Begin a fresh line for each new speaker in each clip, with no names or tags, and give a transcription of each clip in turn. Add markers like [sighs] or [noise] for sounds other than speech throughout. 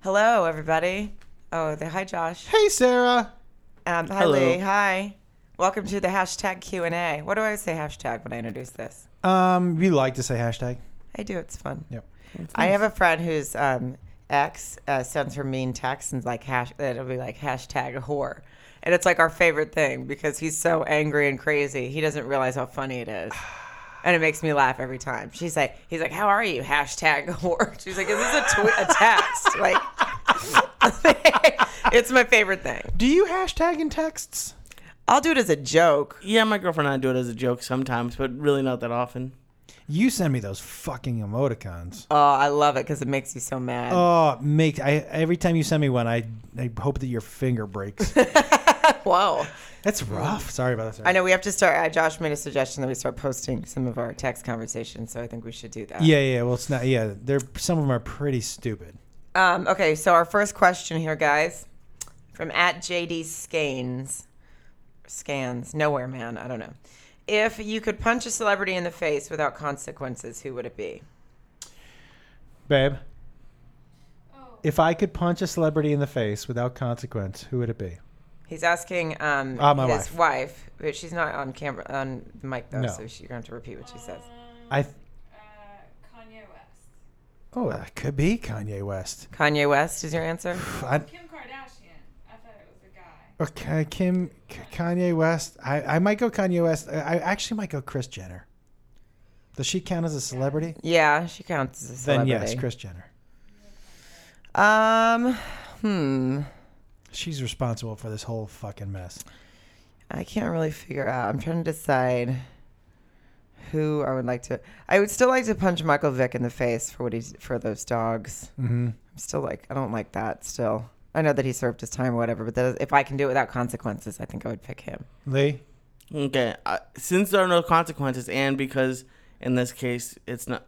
Hello, everybody. Oh, they, hi, Josh.
Hey, Sarah.
Um, hi,
Hello.
Lee. Hi. Welcome to the hashtag Q and A. What do I say hashtag when I introduce this?
Um, we like to say hashtag.
I do. It's fun.
Yep.
I have a friend whose um, ex uh, sends her mean texts and like hash. It'll be like hashtag whore, and it's like our favorite thing because he's so angry and crazy. He doesn't realize how funny it is. [sighs] And it makes me laugh every time. She's like, he's like, how are you? Hashtag [laughs] whore. She's like, is this a, tw- a text? Like, [laughs] it's my favorite thing.
Do you hashtag in texts?
I'll do it as a joke.
Yeah, my girlfriend and I do it as a joke sometimes, but really not that often.
You send me those fucking emoticons.
Oh, I love it because it makes you so mad.
Oh, make I every time you send me one, I I hope that your finger [laughs] breaks.
Whoa.
That's rough. Sorry about that. Sarah.
I know we have to start. Uh, Josh made a suggestion that we start posting some of our text conversations, so I think we should do that.
Yeah, yeah. Well, it's not. Yeah, they're some of them are pretty stupid.
Um, okay, so our first question here, guys, from at JD Scanes, scans nowhere man. I don't know. If you could punch a celebrity in the face without consequences, who would it be?
Babe, if I could punch a celebrity in the face without consequence, who would it be?
He's asking um,
Ah, my
his
wife.
wife, but she's not on camera on the mic though,
No.
so she, you're gonna have to repeat what she says.
I. Th-
Uh, Kanye West.
oh, that could be Kanye West.
Kanye West is your answer.
I,
Kim Kardashian. I thought it was a guy.
okay, Kim, K- Kanye West. I, I might go Kanye West. I, I actually might go Chris Jenner. Does she count as a celebrity?
Yeah, she counts as a
Then
celebrity.
yes, Chris Jenner.
Um, hmm.
She's responsible for this whole fucking mess.
I can't really figure out. I'm trying to decide who I would like to. I would still like to punch Michael Vick in the face for what he's for those dogs. Mm-hmm. I'm still like I don't like that. Still, I know that he served his time or whatever, but that is, if I can do it without consequences, I think I would pick him.
Lee,
Okay, uh, since there are no consequences, and because in this case it's not,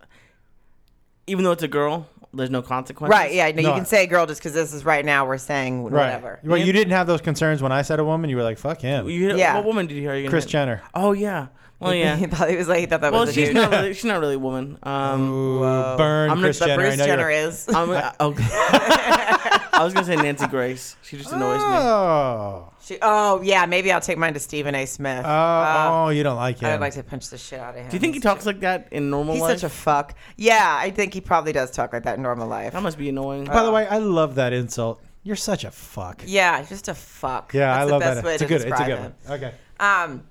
even though it's a girl, there's no consequences.
Right? Yeah. No,
No,
you can
I-
say girl just because this is right now. We're saying whatever.
Well, you didn't have those concerns when I said a woman. You were like, fuck him,
You,
Yeah.
yeah. What woman did you hear? You
Chris Jenner.
Oh yeah. Well yeah.
[laughs] he probably was like he thought that
well
was a
she's
dude.
not really she's not really a woman. Um.
Ooh, burn
I'm gonna-
Chris
but
Jenner. I
Bruce
know you're-
Jenner
[laughs]
is.
I'm, I, okay. I was gonna say Nancy Grace. She just annoys me.
Oh,
She, oh yeah, maybe I'll take mine to Stephen A. Smith.
oh, oh, you don't like him.
Uh, I would like to punch the shit out of him.
Do you think he talks like that in normal
He's
life?
such a fuck. Yeah, I think he probably does talk like that in normal life.
that must be annoying.
By
Uh,
the way, I love that insult. You're such a fuck.
yeah, just a fuck.
Yeah,
That's
I
the
love
best
that.
Way
It's
to
a good. It's a
describe
good
him.
one. Okay.
Um,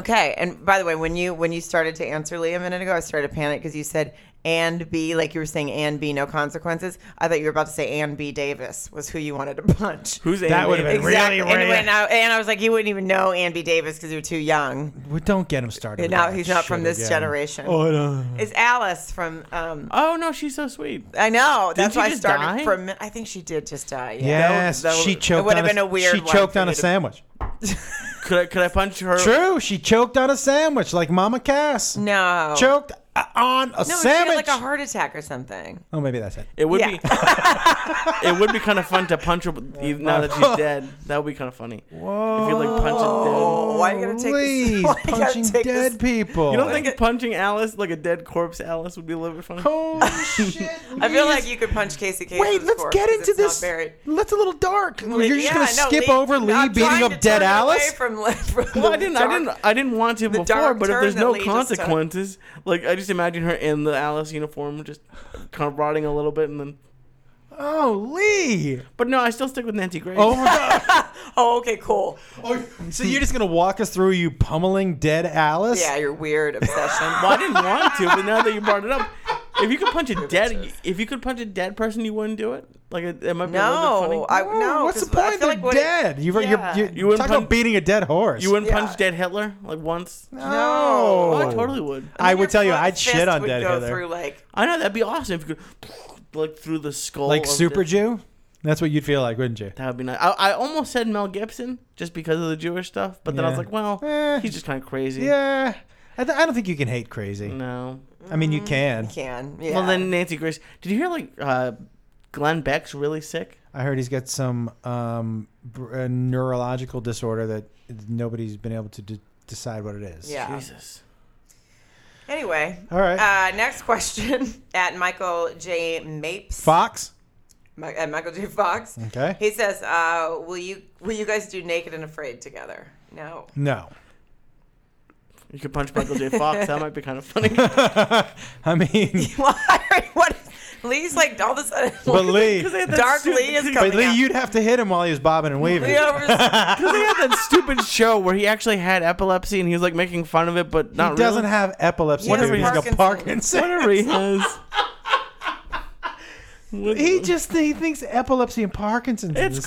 okay. And by the way, when you when you started to answer Lee a minute ago, I started to panic because you said and B, like you were saying and B, no consequences. I thought you were about to say and B Davis was who you wanted to [laughs] punch.
Who's
That
Andy?
would've been
Exactly.
Really,
and,
really-
when I, and I was like, you wouldn't even know Ann B Davis because you were too young.
Well, don't get him started.
And
with
now
that
he's not
shit
from this
again.
generation.
Oh, no.
Is Alice from? um
Oh no, she's so sweet.
I know. That's
Didn't she
why I
just
started
die?
from. I think she did just die. Yeah.
Yes,
That would- that
she
would-
choked.
It would have
on a-
been a weird.
She
one
choked
for
on
me
a
to-
sandwich.
Could I could I punch her?
True, she choked on a sandwich like Mama Cass.
No.
Choked uh, on a
No, she had
sandwich.
like a heart attack or something.
oh, maybe that's it.
It would
Yeah.
be. it would be kind of fun to punch her but even now that
[laughs]
she's dead. That would be kind of funny. Whoa. If you like punch a
Oh, why are you gonna take
Please,
this? [laughs] Why you gotta
punching
take
dead
this?
people.
dead. You don't
[laughs]
think punching Alice like a dead corpse Alice would be a little bit funny?
Holy shit!
I feel like you could punch Casey Kasem.
Wait, let's get into this.
Buried.
Let's a little dark. You're just
Yeah,
gonna
I know,
skip
Lee-
over Lee
I'm
beating
trying
up
to
dead
turn it
Alice.
away From,
[laughs]
from
Well, I
the
didn't,
dark-
I didn't, I didn't want to before.
dark
But if
turn
there's
that
no
Lee just took.
consequences, like I just imagine her in the Alice uniform, just kind of rotting a little bit, and then.
Oh,
[laughs]
Lee!
But no, I still stick with Nancy Grace.
Oh my god!
Oh, okay, cool.
Oh, so you're just gonna walk us through you pummeling dead Alice?
Yeah, your weird obsession.
[laughs] Well,
[laughs]
I didn't want to, but now that you brought it up, if you could punch a dead, if you could punch a dead person, you wouldn't do it. Like it, it might be a little
No,
bit
I
funny.
Oh,
no.
what's the
'cause I
point?
feel
They're
like what it-
dead. You're,
Yeah.
you're, you're,
You wouldn't
talking about
punch-
beating a dead horse.
you wouldn't
Yeah.
punch dead Hitler like once.
No.
No.
Oh, I totally would.
I
Your
would tell you,
front
I'd shit
fist
on
would
dead
go
Hitler.
Through like
I know that'd be awesome if you could like through the skull.
like
of
Super
the-
Jew? That's what you'd feel like, wouldn't you?
That would be nice. I, I almost said Mel Gibson just because of the Jewish stuff, but then I was
Yeah.
like, well,
Eh.
he's just kind of crazy.
Yeah. I, th- I don't think you can hate crazy.
Mm.
No.
I mean, you can.
can. Yeah.
Well, then Nancy Grace. Did you hear like uh, Glenn Beck's really sick?
I heard he's got some um, br- uh, neurological disorder that nobody's been able to d- decide what it is.
Yeah.
Jesus.
Anyway.
All right.
[laughs] Uh, next question at Michael J. Mapes.
Fox?
Mi- and Michael J. Fox.
Okay.
He says, uh, "Will you will you guys do Naked and Afraid together?" No. [laughs]
No. [laughs]
You could punch Michael J. Fox. That might be kind of funny.
I mean,
[laughs] Why? what? Lee's like all of a sudden.
but Lee,
Because they had that
[laughs] Dark
stupid-
Lee is coming.
but Lee,
out.
you'd have to hit him while he was bobbing and waving.
Lee
[laughs]
Overstreet-
Because they had that stupid show where he actually had epilepsy and he was like making fun of it, but not
he doesn't
really.
have epilepsy.
He has
dude. He's got
Parkinson's.
Parkinson's.
Whatever he has. What-
[laughs] He just he thinks epilepsy and Parkinson's.
it's
is-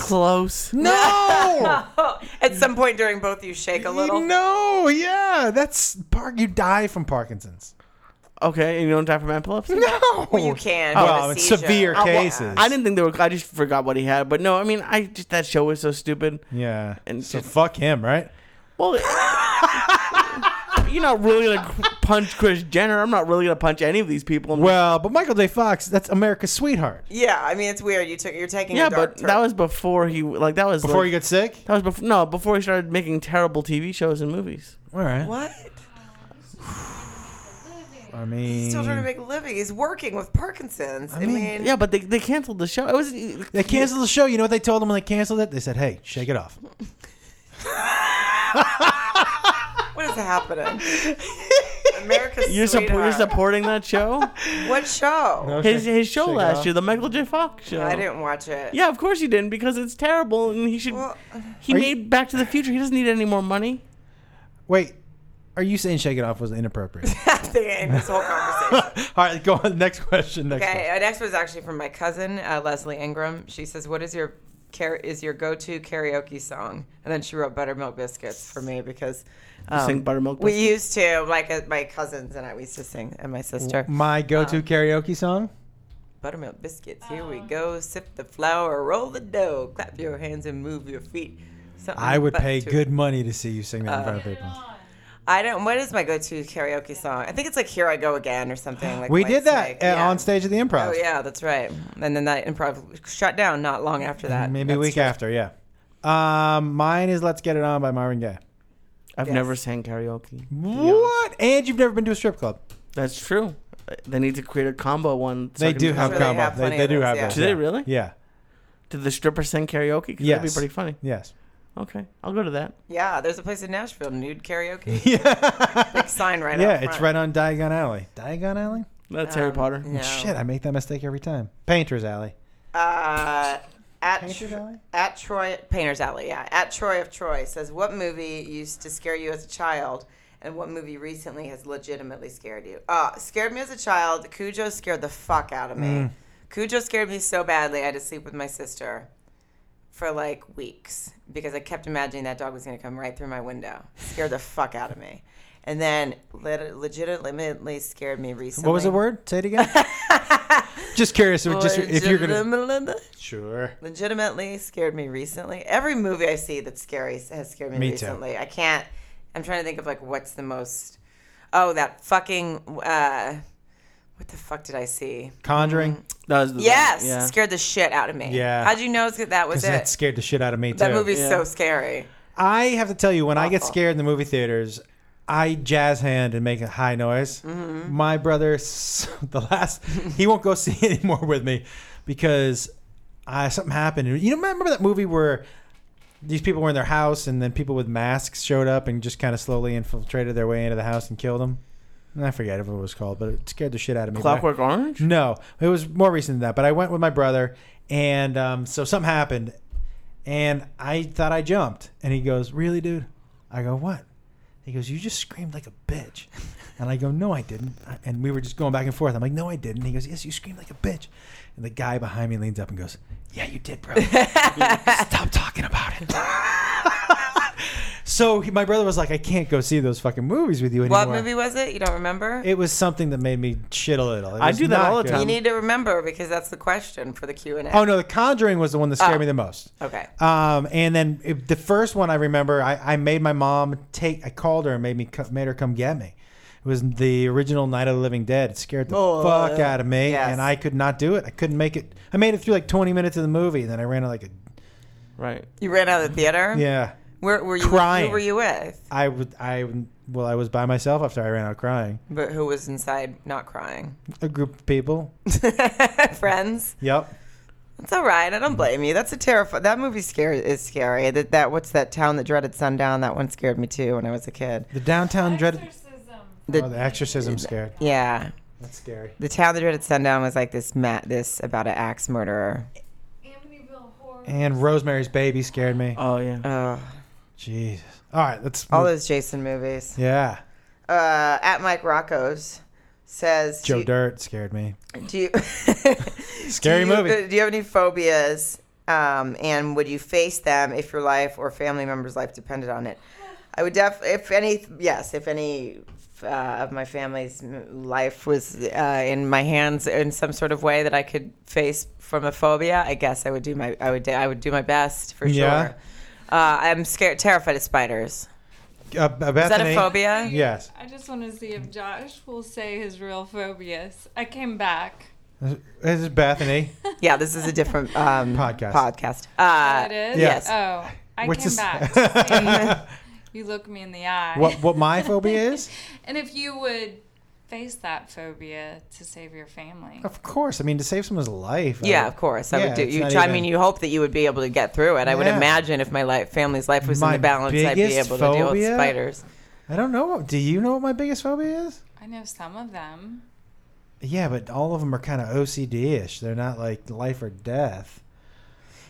[laughs]
close.
No.
At some point during both, [laughs] you shake [laughs] a little.
No. Yeah, that's park. You die from Parkinson's.
Okay, and you don't die from
[laughs]
epilepsy.
No.
you can. You have
Well,
a
it's
seizure.
severe
Oh, well,
cases.
I didn't think they were. I just forgot what he had. But no, I mean, I just that show was so stupid.
Yeah.
And
so
just-
fuck him, right?
Well, you're not really [laughs] gonna punch Chris Jenner. I'm not really gonna punch any of these people. I'm-
Well, but Michael J. Fox, that's America's sweetheart.
Yeah, I mean it's weird. You took you're taking. a
yeah,
dark
but
turn.
that was before he like that was
Before
like,
you got sick?
that was before no before he started making terrible TV shows and movies.
All right.
what.
I mean,
He's still trying to make a living. He's working with Parkinson's. I mean,
mean,
Yeah, but they, they canceled the show. It was
they canceled the show. You know what they told him when they canceled it? They said, hey, shake it off.
what is
[laughs]
happening? America's
you're, supp- you're
sweetheart.
supporting that [laughs] show.
What show?
His his show
Shake it
last
off.
year, the Michael J. Fox show.
I didn't watch it.
Yeah, of course you didn't because it's terrible and he should.
Well,
he
Are you-
made Back to the Future. He doesn't need any more money.
Wait, are you saying shake it off was inappropriate? [laughs]
[laughs] they end this whole
All [laughs]
conversation.
right, go on. Next question. Next
Okay, uh, next was actually from my cousin uh, Leslie Ingram. She says, "What is your car- is your go to karaoke song?" And then she wrote "Buttermilk Biscuits" for me because um,
sing Buttermilk
We used to like uh, my cousins and I we used to sing and my sister
question. My go
Um,
to karaoke song? mm.
"Buttermilk Biscuits." Here we go. Sip the flour, roll the dough, clap your hands and move your feet. Something
I would
but
pay
to-
good money to see you sing that in front of
Uh,
Get it
people.
on.
I don't. What is my go to karaoke song? I think it's like "Here I Go Again" or something. Like
We did
Whitesnake.
that uh,
Yeah.
on stage at the improv.
Oh yeah, that's right. And then that improv shut down not long after that.
Maybe a
That's
week
true.
after, yeah. Um, mine is Let's Get It On by Marvin Gaye.
I've
Yes.
never sang karaoke.
What? And you've never been to a strip club.
That's true. They need to create a combo one. so
They
I can
do
do
have
sure
that.
they
combo.
have
They,
plenty
they
of
do
those,
have
yeah.
those.
Do they
yeah.
really?
Yeah.
Did the strippers sing karaoke? 'Cause That'd be
Yes.
pretty funny.
Yes.
Okay, I'll go to that.
Yeah, there's a place in Nashville, nude karaoke.
[laughs]
[laughs]
Yeah.
Big sign right
yeah,
out
it's right
front.
on Diagon Alley. Diagon Alley?
That's Harry Potter.
No.
Shit, I make that mistake every time. Painter's Alley.
Uh, at,
Painter's
Tro-
Alley?
at Troy Painter's Alley, yeah. At Troy of Troy says, "What movie used to scare you as a child, and what movie recently has legitimately scared you?" Uh, scared me as a child. Cujo scared the fuck out of me.
Mm.
Cujo scared me so badly I had to sleep with my sister for like weeks because I kept imagining that dog was gonna come right through my window. Scared the fuck out of me. And then lit- legitimately scared me recently.
What was
[laughs]
the word? Say it again. [laughs] just curious if, just, if you're going to.
Legitimately-
Sure.
legitimately scared me recently. Every movie I see that's scary has scared me,
Me too.
recently. I can't. I'm trying to think of like what's the most. Oh, that fucking. Uh, what the fuck did I see? Mm-hmm.
Conjuring.
That was the
Yes,
Yeah.
scared the shit out of me.
Yeah.
How'd you know that was
[laughs] Because
it?
that scared the shit out of me, too.
that movie's
Yeah.
so
[laughs]
scary.
I have to tell you, when I get
Awful.
scared in the movie theaters, I jazz hand and make a high noise. My brother, [laughs] s- the last, he won't go [laughs] see it anymore with me because I, something happened. You know, remember that movie where these people were in their house and then people with masks showed up and just kind of slowly infiltrated their way into the house and killed them? And I forget what it was called, but it scared the shit out of me. But I-
Clockwork Orange.
no, it was more recent than that. But I went with my brother, and um, so something happened, and I thought I jumped, and he goes, "Really, dude?" I go, "What?" He goes, "You just screamed like a
[laughs]
bitch," and I go, "No, I didn't." And we were just going back and forth. I'm like, "No, I didn't." He goes, "Yes, you screamed like a bitch," and the guy behind me leans up and goes, "Yeah, you did,
[laughs]
bro. Stop talking about it." [laughs] so he, my brother was like, "I can't go see those fucking movies with you anymore."
What movie was it? You don't remember?
It was something that made me shit a little. It
I
was
do that
not
all the
good.
time.
you need to remember because that's the question for the Q and A.
Oh no, The Conjuring was the one that scared
Oh.
me the most.
Okay.
Um, and then it, the first one I remember, I, I made my mom take. I called her and made me co- made her come get me. It was the original Night of the Living Dead. It scared the
Oh,
fuck out of me,
yes.
and I could not do it. I couldn't make it. I made it through like 20 minutes of the movie, and then I ran out like a
Right.
You ran out of the theater.
yeah.
Where were you?
Crying.
Who were you with?
I would I would- well I was by myself after I ran out crying.
But who was inside not crying?
A group of people.
[laughs] Friends.
Yep.
That's all right. I don't blame you. That's a terrifying. That movie scary is scary. That that what's that town that dreaded sundown? That one scared me too when I was a kid.
The downtown dread.
Exorcism.
The-
Oh, the exorcism scared.
Yeah,
That's scary.
the town that dreaded sundown was like this mat this about an axe murderer.
Amityville Horror.
And Rosemary's Baby scared me.
Oh yeah.
Ugh.
Jesus. All right, let's.
all
move-
those Jason movies.
yeah,
Uh, at Mike Rocco's says
Joe
do,
Dirt scared me.
[laughs] do you
[laughs] Scary
do you, uh,
movie.
Do you have any phobias? Um, and would you face them if your life or family member's life depended on it? I would def if any yes if any uh, of my family's m- life was uh, in my hands in some sort of way that I could face from a phobia. I guess I would do my I would do, I would do my best for
Yeah.
sure. Uh, I'm scared terrified of spiders.
Uh, uh,
Is that
Bethany.
a phobia?
Yes.
I just want to see if Josh will say his real phobias. I came back.
This is
[laughs]
Bethany.
Yeah, this is a different um,
Podcast.
Podcast. Uh,
That is?
yes.
Oh, I
What's
came
this- [laughs]
back.
[laughs]
you look me in the eye.
what what
[laughs]
my phobia is?
And if you would face that phobia to save your family.
Of course. I mean, to save someone's life. I
Yeah,
would-
of course. I
Yeah,
would do.
it's
You,
not
I
even-
mean, you hope that you would be able to get through it. I would
Yeah.
imagine if my life, family's life was in
My
the balance, I'd be
biggest
able to deal with
phobia?
spiders.
I don't know. Do you know what my biggest phobia is?
I know some of them.
Yeah, but all of them are kind of OCD-ish. They're not like life or death.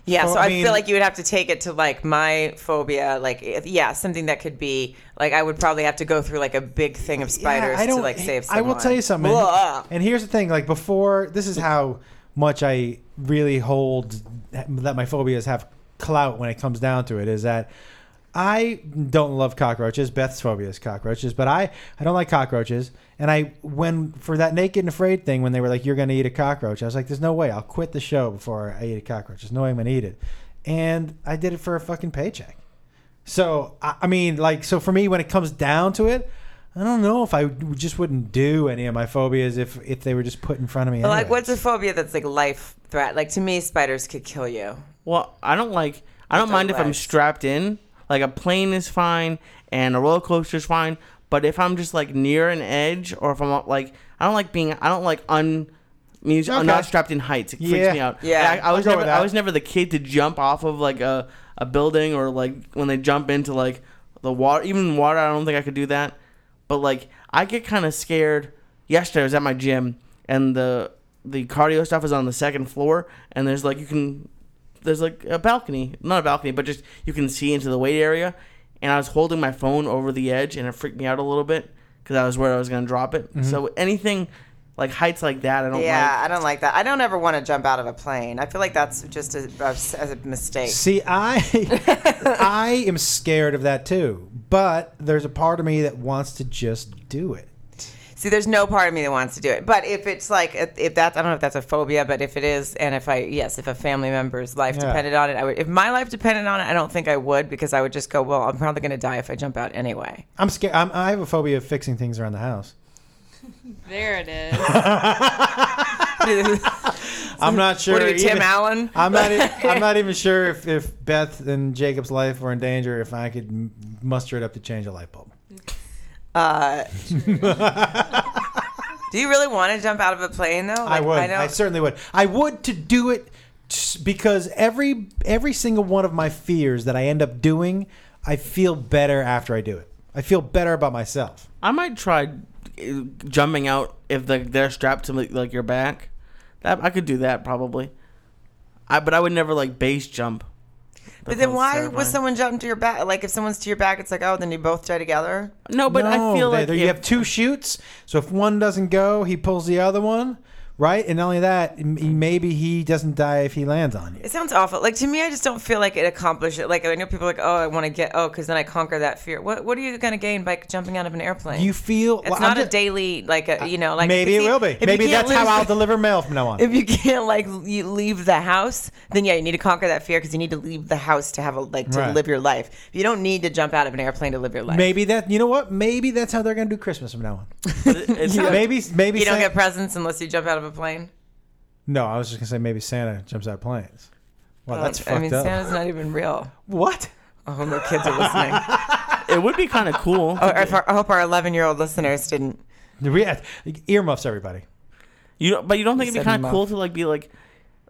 Yeah,
Well,
so I,
I mean-
feel like you would have to take it to like my phobia, like if, yeah, something that could be like I would probably have to go through like a big thing of spiders
Yeah, I
to
don't-
like save.
I
Someone.
will tell you something.
Blah.
And here's the thing: like before, this is how much I really hold that my phobias have clout when it comes down to it. Is that I don't love cockroaches. Beth's phobia is cockroaches, but I I don't like cockroaches. And I when for that naked and afraid thing when they were like you're gonna eat a cockroach, I was like, there's no way I'll quit the show before I eat a cockroach. There's no way I'm gonna eat it. And I did it for a fucking paycheck. So I, I mean, like, so for me, when it comes down to it, I don't know if I w- just wouldn't do any of my phobias if if they were just put in front of me.
But, like,
anyways.
what's a phobia that's like life threat? Like to me, spiders could kill you.
Well, I don't like. I don't
With
mind
the
if I'm
rest.
strapped in. Like a plane is fine, and a roller coaster is fine. But if I'm just like near an edge, or if I'm like, I don't like being. I don't like un. Means
Okay.
I'm not strapped in heights. It
Yeah.
freaks me out.
Yeah,
And I, I
I'll
was
go
never.
with that.
I was never the kid to jump off of like a a building or like when they jump into like the water. Even water, I don't think I could do that. But like, I get kind of scared. Yesterday, I was at my gym, and the the cardio stuff is on the second floor, and there's like you can there's like a balcony, not a balcony, but just you can see into the weight area. And I was holding my phone over the edge, and it freaked me out a little bit because I was worried I was gonna drop it. So anything like heights like that, I don't
yeah,
like.
I don't like that. I don't ever want to jump out of a plane. I feel like that's just a, a, a mistake.
See, I [laughs] I am scared of that too. But there's a part of me that wants to just do it.
See, there's no part of me that wants to do it. But if it's like, if if that's, I don't know if that's a phobia, but if it is, and if I, yes, if a family member's life
Yeah.
depended on it, I would, if my life depended on it, I don't think I would because I would just go, well, I'm probably going to die if I jump out anyway. [laughs]
I'm scared. I'm, I have a phobia of fixing things around the house.
There
[laughs]
it is.
I'm not sure.
what are you, Tim
even-
Allen?
[laughs] I'm
[laughs]
not. e- I'm not even sure if, if Beth and Jacob's life were in danger if I could m- muster it up to change a light bulb.
Uh, do you really want to jump out of a plane though?
I
Like,
would.
don't-
I, certainly would. I would to do it s- because every every single one of my fears that I end up doing, I feel better after I do it. I feel better about myself.
I might try uh, jumping out if the, they're strapped to like, like your back. That I could do that probably. I but I would never like base jump.
but
That
then
sounds
why would
terrifying.
someone jump to your back? Like if someone's to your back, it's like, oh, then you both die together.
No, but I feel
they-
like
they-
if-
you have two shoots. So if one doesn't go, he pulls the other one, right? And not only that, m- maybe he doesn't die if he lands on you.
It sounds awful. Like to me, I just don't feel like it accomplished it. Like I know people are like, oh, I want to get oh, because then I conquer that fear. What What are you going to gain by jumping out of an airplane?
You feel
it's
well, I'm
not a
just-
daily like a you know like
Maybe
if
it
you
will
can't- if
be.
you
Maybe
can't
that's how
lose- [laughs]
I'll deliver mail from now on.
If you can't like you leave the house, then yeah, you need to conquer that fear because you need to leave the house to have a like to
Right.
live your life. You don't need to jump out of an airplane to live your life.
Maybe that. You know what? Maybe that's how they're gonna do Christmas from now on.
but it- it's not-
Maybe.
[laughs]
Maybe
you don't
Santa-
get presents unless you jump out of a plane.
No, I was just gonna say maybe Santa jumps out of planes. Well,
Um,
Oh, that's fucked
I mean,
up.
Santa's not even real.
what?
Oh, no kids
[laughs]
are listening.
it would be kind of cool.
oh, if our, I hope our 11 year old listeners didn't.
The rea- earmuffs, everybody.
You don't, but you don't think it'd
Set
be kind
him
of
up.
cool to like be like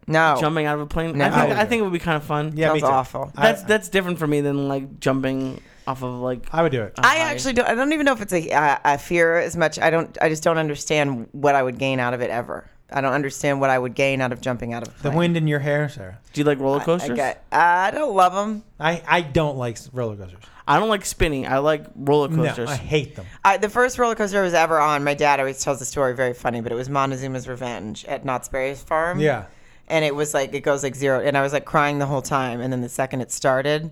No.
jumping out of a plane.
No.
I, think,
I
I think it would be kind of fun.
Yeah, me
Sounds
too.
awful.
I-
that's that's different for me than like jumping off of like.
I would do it.
a
I
high.
actually don't. I don't even know if it's a, a, a fear as much. I don't. I just don't understand what I would gain out of it ever. I don't understand what I would gain out of jumping out of a
The
plane.
wind in your hair, Sarah.
Do you like roller
I,
coasters? I,
get, I don't love them.
I, I don't like s- roller coasters.
don't like spinning. I like roller
No,
coasters.
I hate them.
I, the first roller coaster I was ever on, my dad always tells the story very funny, but it was Montezuma's Revenge at Knott's Berry Farm.
Yeah.
And it was like, it goes like zero. And I was like crying the whole time. And then the second it started,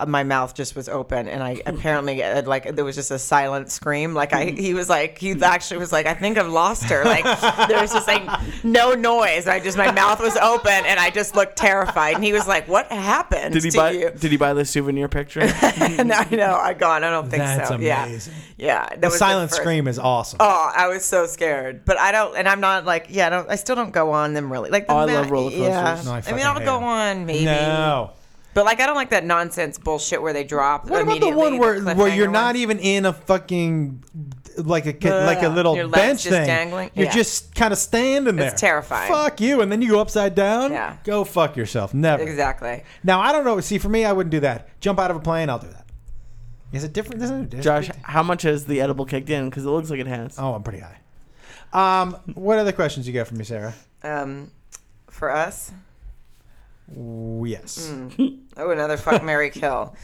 uh, my mouth just was open. And
[laughs]
I apparently, uh, like, there was just a silent scream. Like, I, he was like, he actually was like, I think I've lost her. Like, there was
[laughs]
just like no noise. I just, my mouth was open and I just looked terrified. And he was like, What happened
did he
to
buy?
you?
[laughs] Did he buy the souvenir
[laughs]
picture?
and I know, I gone. I don't think
That's
so.
amazing.
Yeah. Yeah. That
The
was
silent
first-
scream is awesome.
Oh, I was so scared, but I don't, and I'm not like, yeah, I don't, I still don't go on them really. Like, the
Oh, I love roller
Yeah.
coasters.
No, I
I, mean,
fucking
I'll
hate
go
them.
on maybe,
no.
but like, I don't like that nonsense bullshit where they drop.
What about the
immediately,
one where where you're
cliffhanger
not
one.
even in a fucking like a
Ugh.
like a little
Your leg's
bench
just
thing?
dangling?
You're
Yeah.
just kind of standing there.
It's terrifying.
Fuck you, and then you go upside down.
Yeah.
Go fuck yourself. Never.
Exactly.
Now I don't know. See, for me, I wouldn't do that. Jump out of a plane, I'll do that. Is it different? Isn't it
Josh, how much has the edible kicked in? Because it looks like it has.
Oh, I'm pretty high. Um, what other questions you got for me, Sarah?
Um, for us,
Ooh, Yes.
oh, another fuck Mary kill.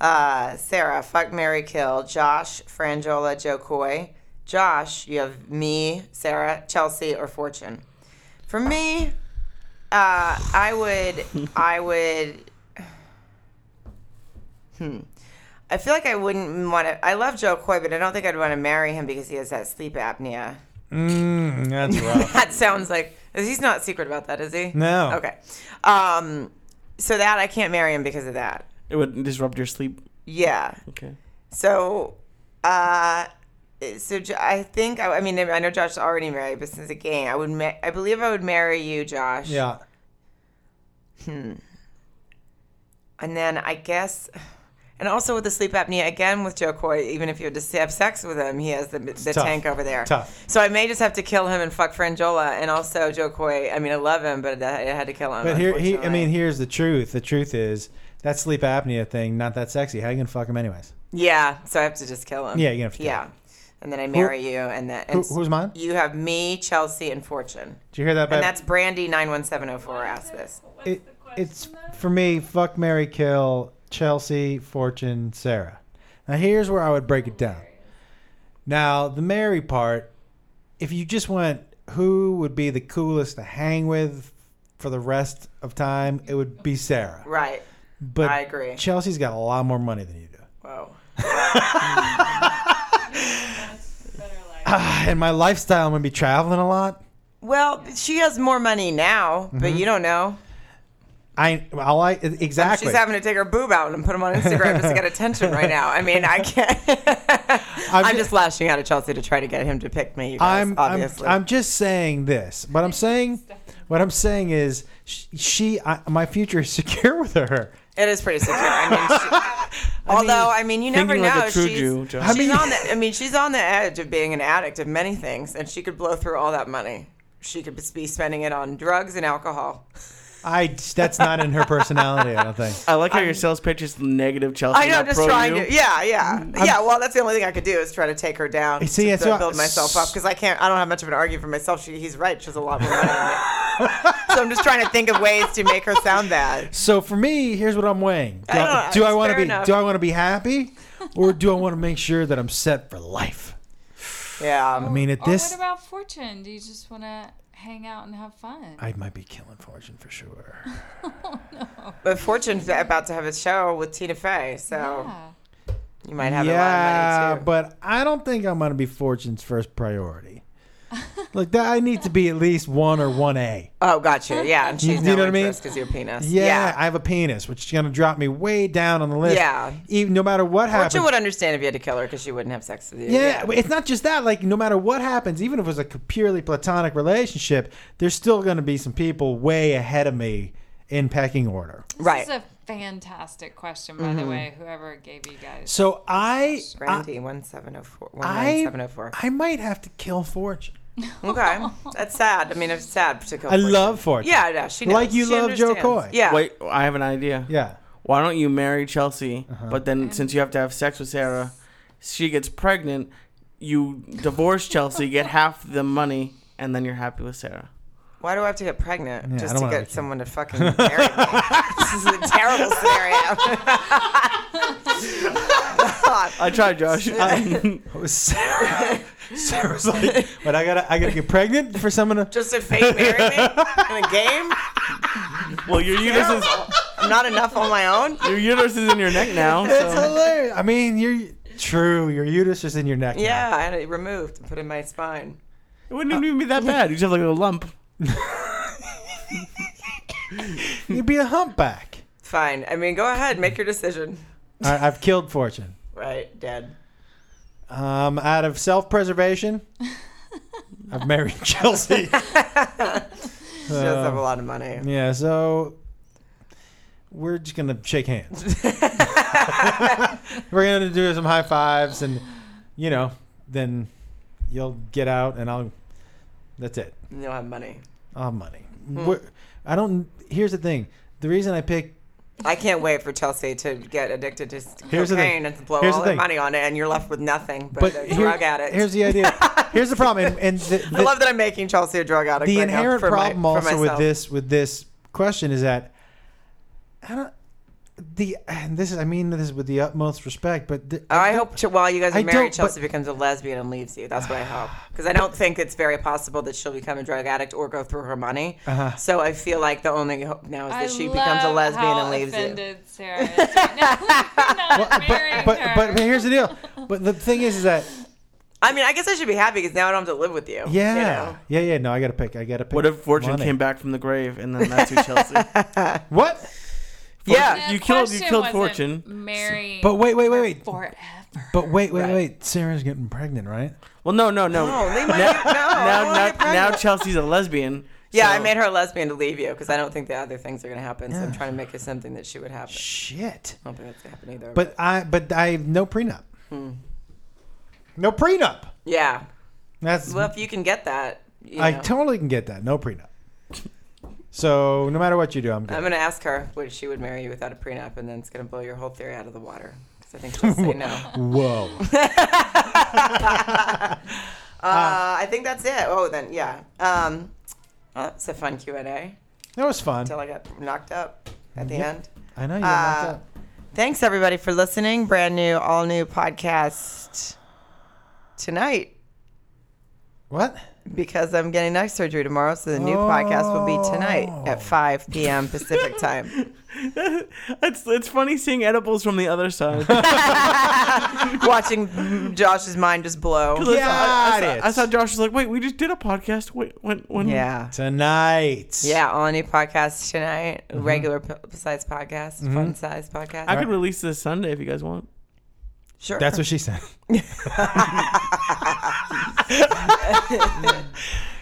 Uh, Sarah, fuck Mary kill. Josh, Frangiola, Joe Coy. Josh, you have me, Sarah, Chelsea, or Fortune. For me, uh, I would, I would. hmm. I feel like I wouldn't want to. I love Joe Coy, but I don't think I'd want to marry him because he has that sleep apnea. [laughs]
Mm, that's rough.
That sounds like he's not secret about that, is he?
No.
Okay. Um, so that I can't marry him because of that.
It would disrupt your sleep.
Yeah.
Okay.
So, uh, so Jo- I think I, I mean I know Josh's already married, but since a gang, I would ma- I believe I would marry you, Josh.
Yeah.
And then I guess, and also with the sleep apnea again with Joe Coy, even if you had to have sex with him, he has the, the
tough.
tank over there.
Tough.
So I may just have to kill him and fuck Frangiola, and also Joe Coy. I mean, I love him, but I I had to kill him.
But here, he, I
unfortunately.
mean, here's the truth. The truth is that sleep apnea thing, not that sexy. How you gonna fuck him anyways?
yeah. So I have to just kill him.
Yeah, you have to kill
Um, yeah. And then I marry you, and then and
Who, who's mine?
you have me, Chelsea, and Fortune.
Did you hear that? babe?
And that's Brandy nine one seven zero four asked this.
it, it's for me. Fuck Mary, kill Chelsea, Fortune, Sarah. Now here's where I would break it down. Now the Mary part, if you just went, who would be the coolest to hang with for the rest of time? It would be Sarah.
Right.
But
I agree.
Chelsea's got a lot more money than you do. [sighs]
Whoa.
Better life.
And my lifestyle, I'm gonna be traveling a lot.
Well, she has more money now, but you don't know.
I all I e, exactly.
She's having to take her boob out and put them on Instagram just to get attention right now. I mean, I can't. [laughs] I'm,
ju-
just lashing out at Chelsea to try to get him to pick me. You guys,
I'm, I'm
obviously.
I'm just saying this. What I'm saying, what I'm saying is, she, she I, my future is [laughs] secure with her.
It is pretty secure. I mean, she, [laughs] although I mean, you never
thinking like a
know.
true
she's
Jew, Josh.
I
she's
mean-
on the. I mean, she's on the edge of being an addict of many things, and she could blow through all that money. She could be spending it on drugs and alcohol.
I that's not in her personality. I don't think.
I like how your sales pitch is negative, Chelsea.
I know,
not
just
pro
trying
you.
to. Yeah, yeah, yeah. Well, that's the only thing I could do is try to take her down.
See,
to
it's not-
build myself up because I can't. I don't have much of an argument for myself. She, he's right. She's a lot more money. Than me.
[laughs]
so I'm just trying to think of ways to make her sound bad.
So for me, here's what I'm weighing. Do
I don't
I,
know,
do I
it's
want to
fair
be
enough.
do I want to be happy, or do I want to make sure that I'm set for life? I
Yeah.
mean, at
Or
this,
what about fortune? Do you just want to hang out and have fun?
I might be killing fortune for sure.
But Fortune's about to have a show with Tina Fey, so
yeah.
you might have a lot
yeah,
of money too.
but I don't think I'm gonna be fortune's first priority. like that, I need to be at least one or one A.
Oh, gotcha. Yeah, and she's
You- you know what I mean?
Because your penis.
Yeah, I have a penis, which is gonna drop me way down on the list.
Yeah.
even no matter what happens.
Fortune would understand if you had to kill her because she wouldn't have sex with you.
yeah, but it's not just that. Like, no matter what happens, even if it was a purely platonic relationship, there's still going to be some people way ahead of me in pecking order.
Right.
This is a fantastic question, by
Mm-hmm.
the way, whoever gave you guys.
So I, I,
Brandy, 1704.
I,
19704.
I might have to kill Fortune.
Okay, that's sad. I mean, it's sad, particularly.
I love Fortune.
Yeah, yeah, she knows.
Like you
She
love Joe
understands.
Coy.
Yeah,
Wait, I have an idea.
Yeah.
Why don't you marry Chelsea? But then, since you have to have sex with Sarah, she gets pregnant. You divorce Chelsea, get half the money, and then you're happy with Sarah.
Why do I have to get pregnant
Yeah, I
just
don't
to
wanna have a
get
kid.
someone to fucking marry me? [laughs] this is a terrible
[laughs]
scenario.
I tried, [laughs] Josh.
It was [laughs] Sarah. Sarah's like, but I gotta, I gotta get pregnant for someone to.
just to fake marry me in a game?
well, your uterus is
I'm not enough on my own.
your uterus is in your
[laughs]
neck now.
It's
So.
hilarious. I mean, you're true. Your uterus is in your neck. now.
Yeah, I had it removed and put in my spine.
It wouldn't even be that bad. You just have like a lump.
You'd be a humpback.
Fine. I mean, go ahead, make your decision.
I, I've killed Fortune.
Right, dead.
Um, out
[laughs]
of self-preservation, I've married [laughs] Chelsea.
She does have a lot of money.
Uh, Yeah, so we're just gonna
[laughs]
shake hands. we're gonna do some high fives, and you know, then you'll get out, and I'll. That's it.
You don't have money.
I'll have money.
Hmm.
We're, I don't. Here's the thing. The reason I pick.
I can't wait for Chelsea to get addicted to s-
Here's the thing.
cocaine and to blow
Here's
all
the
her
thing.
money on it, and you're left with nothing but,
But
a
here-
drug addict.
here's
[laughs]
the idea. here's the problem, and, and the,
I
the-
love that I'm making Chelsea a drug addict.
the
right now
inherent
for my-
problem
for
also with
myself.
this with this question is that I don't the and this is I mean this with the utmost respect, but the,
Oh, I hope to, while you guys
I
are married,
don't, but-
Chelsea becomes a lesbian and leaves you. That's what I
[sighs]
hope. Because I don't think it's very possible that she'll become a drug addict or go through her money.
Uh-huh.
So I feel like the only hope now is that
I
she becomes a
love
lesbian
how
and leaves
offended Sarah is right now.
[laughs]
You're not marrying
but, but
her.
but here's the deal. But the thing is,
[laughs]
is that
you. I mean, I guess I should be happy because now I don't have to live with you. you
yeah,
know?
yeah, yeah. No, I gotta pick. I gotta pick.
What if Fortune
money.
came back from the grave and then that's who Chelsea?
What?
[laughs] Yeah.
The
you killed- you
question
killed
wasn't
Fortune.
Marrying
But wait, wait, wait, wait.
forever.
But wait, wait, wait. Sarah's getting pregnant, right?
Well, no, no, no.
No, leave my
[laughs] now,
no. I don't
now,
wanna get
now, now
pregnant.
Chelsea's a lesbian.
yeah, I
so- [laughs]
made her a lesbian to leave you because I don't think the other things are going to happen. So I'm trying to make it something that she would happen.
Shit.
I don't think that's going to happen either.
But I, but I have no prenup.
Hmm.
No prenup.
yeah.
That's
Well, if you can get that, you
I
know.
totally can get that. No prenup. So no matter what you do, I'm good.
I'm gonna ask her would she would marry you without a prenup, and then it's gonna blow your whole theory out of the water. 'Cause I think she'll say no. [laughs]
[laughs] Whoa.
Uh, I think that's it. Oh, then yeah. Um, well, that's a fun Q and A
That was fun.
until I got knocked up at the
Yeah.
end.
I know you
Uh, Thanks everybody for listening. Brand new, all new podcast tonight
What?
because I'm getting neck surgery tomorrow, so the new podcast will be tonight
Oh.
at 5 p.m. Pacific time. [laughs]
It's it's funny seeing edibles from the other side.
Watching mm, Josh's mind just blow.
I, saw- I
Got it.
saw, I saw Josh was like, "Wait, we just did a podcast. Wait, when when
Yeah.
Tonight.
Yeah, all new podcast tonight.
Mm-hmm.
Regular p- size podcast, fun size podcast.
I could release this Sunday if you guys want."
sure.
That's what
[laughs]
she said.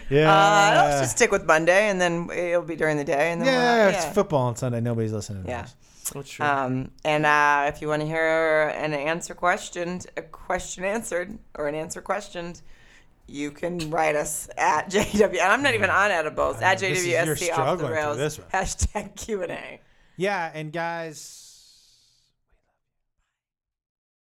yeah.
uh, let's just stick with Monday, and then it'll be during the day, and then
yeah,
we'll,
it's
yeah.
football on Sunday. Nobody's listening. To
Yeah.
This.
That's true.
Um, and uh, if you want to hear an answer questioned, a question answered, or an answer questioned, you can write us at JW. And I'm not even on edibles at
know, this is- you're
JWSC off the
struggling through
rails.
this one.
Hashtag Q and A.
Yeah, and guys.